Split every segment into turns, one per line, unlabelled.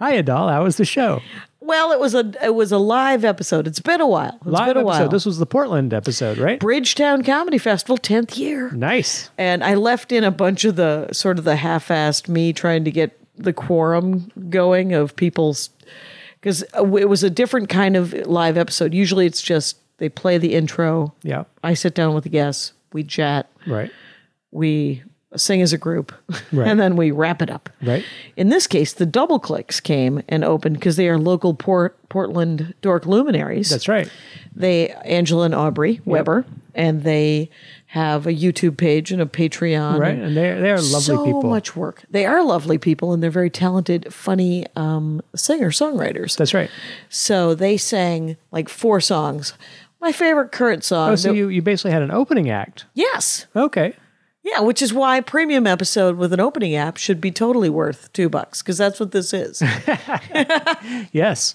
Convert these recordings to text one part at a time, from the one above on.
Hi, Adal. How was the show?
Well, it was a it was a live episode. It's been a while. It's
Live
been a
episode.
while.
This was the Portland episode, right?
Bridgetown Comedy Festival, tenth year,
Nice.
and I left in a bunch of the sort of the half-assed me trying to get the quorum going of people's because it was a different kind of live episode. Usually, it's just they play the intro.
Yeah.
I sit down with the guests. We chat.
Right.
we sing as a group
Right.
and then we wrap it up.
Right.
In this case, the double clicks came and opened because they are local Port- Portland dork luminaries.
That's right.
They Angela and Aubrey Weber, and they have a YouTube page and a Patreon.
Right. And they're they're lovely
so
people.
much work. They are lovely people, and they're very talented, funny um, singer songwriters.
That's right.
So they sang like four songs. My favorite current song.
Oh, so
that-
you, you basically had an opening act.
yes,
Okay.
yeah, which is why a premium episode with an opening app should be totally worth two bucks because that's what this is.
Yes.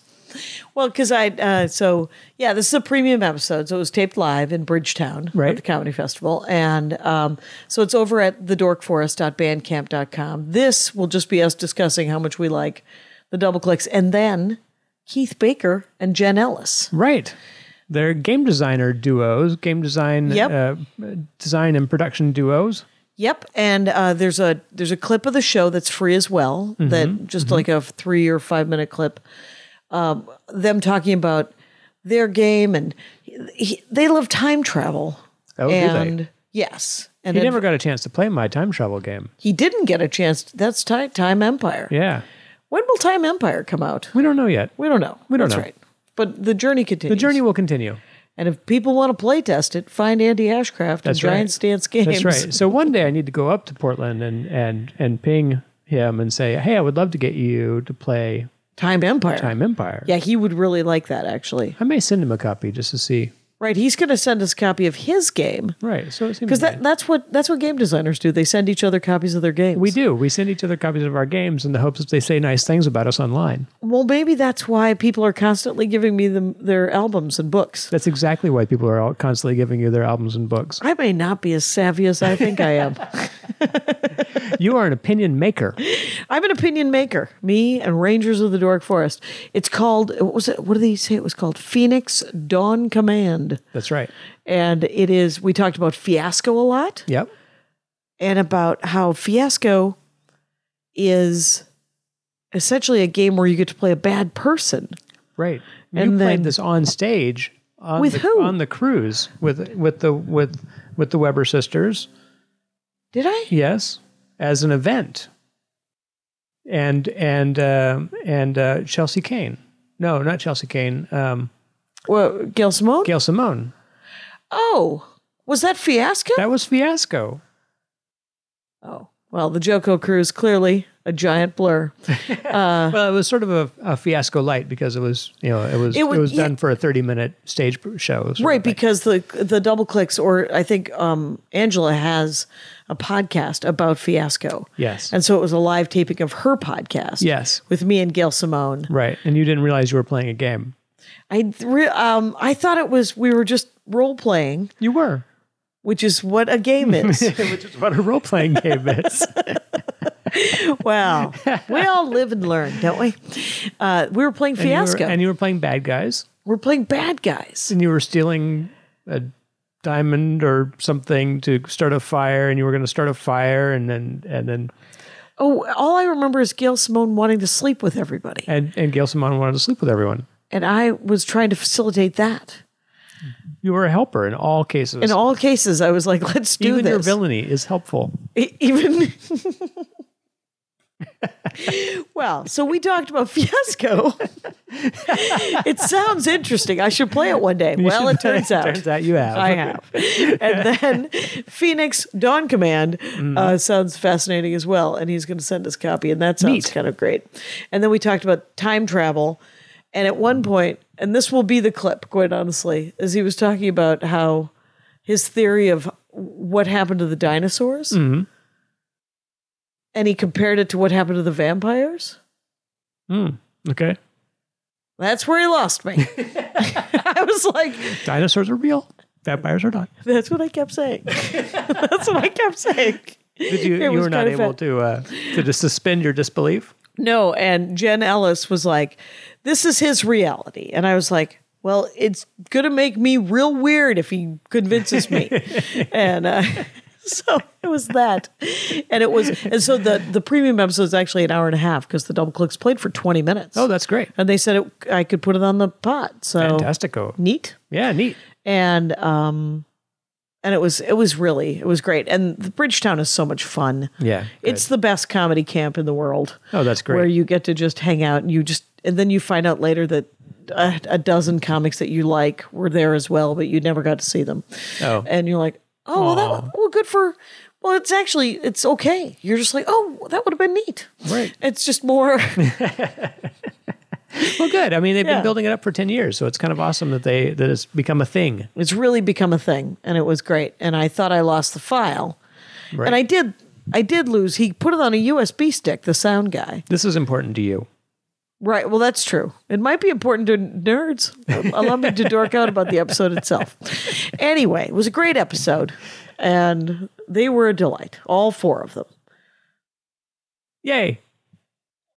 well, because I, uh, so yeah, this is a premium episode. So it was taped live in Bridgetown
Right.
at the Comedy Festival. And um, so it's over at thedorkforest.bandcamp.com. This will just be us discussing how much we like the double clicks and then Keith Baker and Jen Ellis.
Right. They're game designer duos, game design,
Yep.
uh, design and production duos.
Yep, and uh, there's a there's a clip of the show that's free as well.
Mm-hmm.
That just like a three or five minute clip, um, them talking about their game and he, they love time travel.
Oh, do they?
and yes, and
He
it-
never got a chance to play my time travel game.
he didn't get a chance. That's time Time Empire.
Yeah.
When will Time Empire come out?
We don't know yet.
We don't know.
We don't
that's
know.
Right. But the journey
The
continues.
journey will continue.
and if people want to play test it, find Andy Ashcraft and
That's
Giant
right.
Stance Games.
That's right. So one day I need to go up to Portland and and and ping him and say, "Hey, I would love to get you to play
Time Empire.
Time Empire."
Yeah, he would really like that actually.
I may send him a copy just to see.
Right, he's going to send us a copy of his game
Right. So it seems
because
nice.
that, that's what that's what game designers do. They send each other copies of their games.
we do. We send each other copies of our games in the hopes that they say nice things about us online.
well, maybe that's why people are constantly giving me them their albums and books.
That's exactly why people are all constantly giving you their albums and books.
I may not be as savvy as I think I am.
You are an opinion maker.
I'm an opinion maker. Me and Rangers of the Dork Forest. It's called what was it? What did they say it was called? Phoenix Dawn Command.
That's right.
And it is. We talked about Fiasco a lot.
Yep.
and about how Fiasco is essentially a game where you get to play a bad person.
Right. you
And
played
then-
this on stage on
With
the,
who?
on the cruise with with the with with the Weber sisters.
Did I?
Yes, as an event. And and uh, and uh, Chelsea Kane. No, not Chelsea Kane. Um,
Well, Gail Simone?
Gail Simone.
Oh, was that Fiasco?
That was fiasco.
oh, well, the Joko crew is clearly a giant blur. Uh.
well, it was sort of a, a fiasco light because it was you know it was it
It
was,
was-
done for a thirty minute stage pr- show. sort of
Right,
thing.
because the the double clicks, or I think um, Angela has a podcast about Fiasco.
Yes.
And so it was a live taping of her podcast.
Yes.
With me and Gail Simone.
right, and you didn't realize you were playing a game.
I, re- um, I thought it was, we were just role playing.
You were,
which is what a game is.
which is what a role playing game is.
wow. We all live and learn, don't we? Uh, we were playing
And you were-
Fiasco.
and you were playing bad guys,
we're playing bad guys.
and you were stealing a diamond or something to start a fire, and you were going to start a fire, and then and then
Oh, all I remember is Gail Simone wanting to sleep with everybody.
and and Gail Simone wanted to sleep with everyone.
And I was trying to facilitate that.
You were a helper in all cases.
In all cases, I was like, let's do
Even
this.
your villainy is helpful.
E- Even. well, so we talked about Fiasco. it sounds interesting. I should play it one day. well, it turns out.
turns out you have.
I have. And then Phoenix Dawn Command uh, sounds fascinating as well. And he's going to send us a copy. And that sounds
Neat.
kind of great. And then we talked about time travel. And at one point, and this will be the clip, quite honestly, as he was talking about how his theory of what happened to the dinosaurs. And he compared it to what happened to the vampires.
Mm, okay.
That's where he lost me. I was like,
Dinosaurs are real. Vampires are not.
that's what I kept saying. that's what I kept saying.
Did you,
It
you
was
were not
kind of
able
a-
to uh, to just suspend your disbelief?
No, and Jen Ellis was like, "This is his reality," and I was like, "Well, it's gonna make me real weird if he convinces me," and uh, so it was that, and it was, and so the the premium episode is actually an hour and a half because the double clicks played for twenty minutes.
Oh, that's great.
and they said it, I could put it on the pot, so
Fantastico.
neat
Yeah, neat.
and um and it was it was really it was great and the bridgetown is so much fun
Yeah.
it's the best comedy camp in the world
Oh, that's great.
where you get to just hang out and you just and then you find out later that a, a dozen comics that you like were there as well but you never got to see them
Oh.
and you're like oh well, that,
Aw.
wa- well good for well it's actually it's okay you're just like oh that would have been neat
Right.
it's just more
Well, good. I mean, they've
Yeah.
been building it up for ten years, so it's kind of awesome that they that it's become a thing.
It's really become a thing, and it was great. And I thought I lost the file,
Right.
and I did. I did lose. He put it on a USB stick. The sound guy,
This is important to you.
right? Well, that's true. It might be important to nerds. Allow me to dork out about the episode itself. Anyway, it was a great episode, and they were a delight. All four of them.
Yay.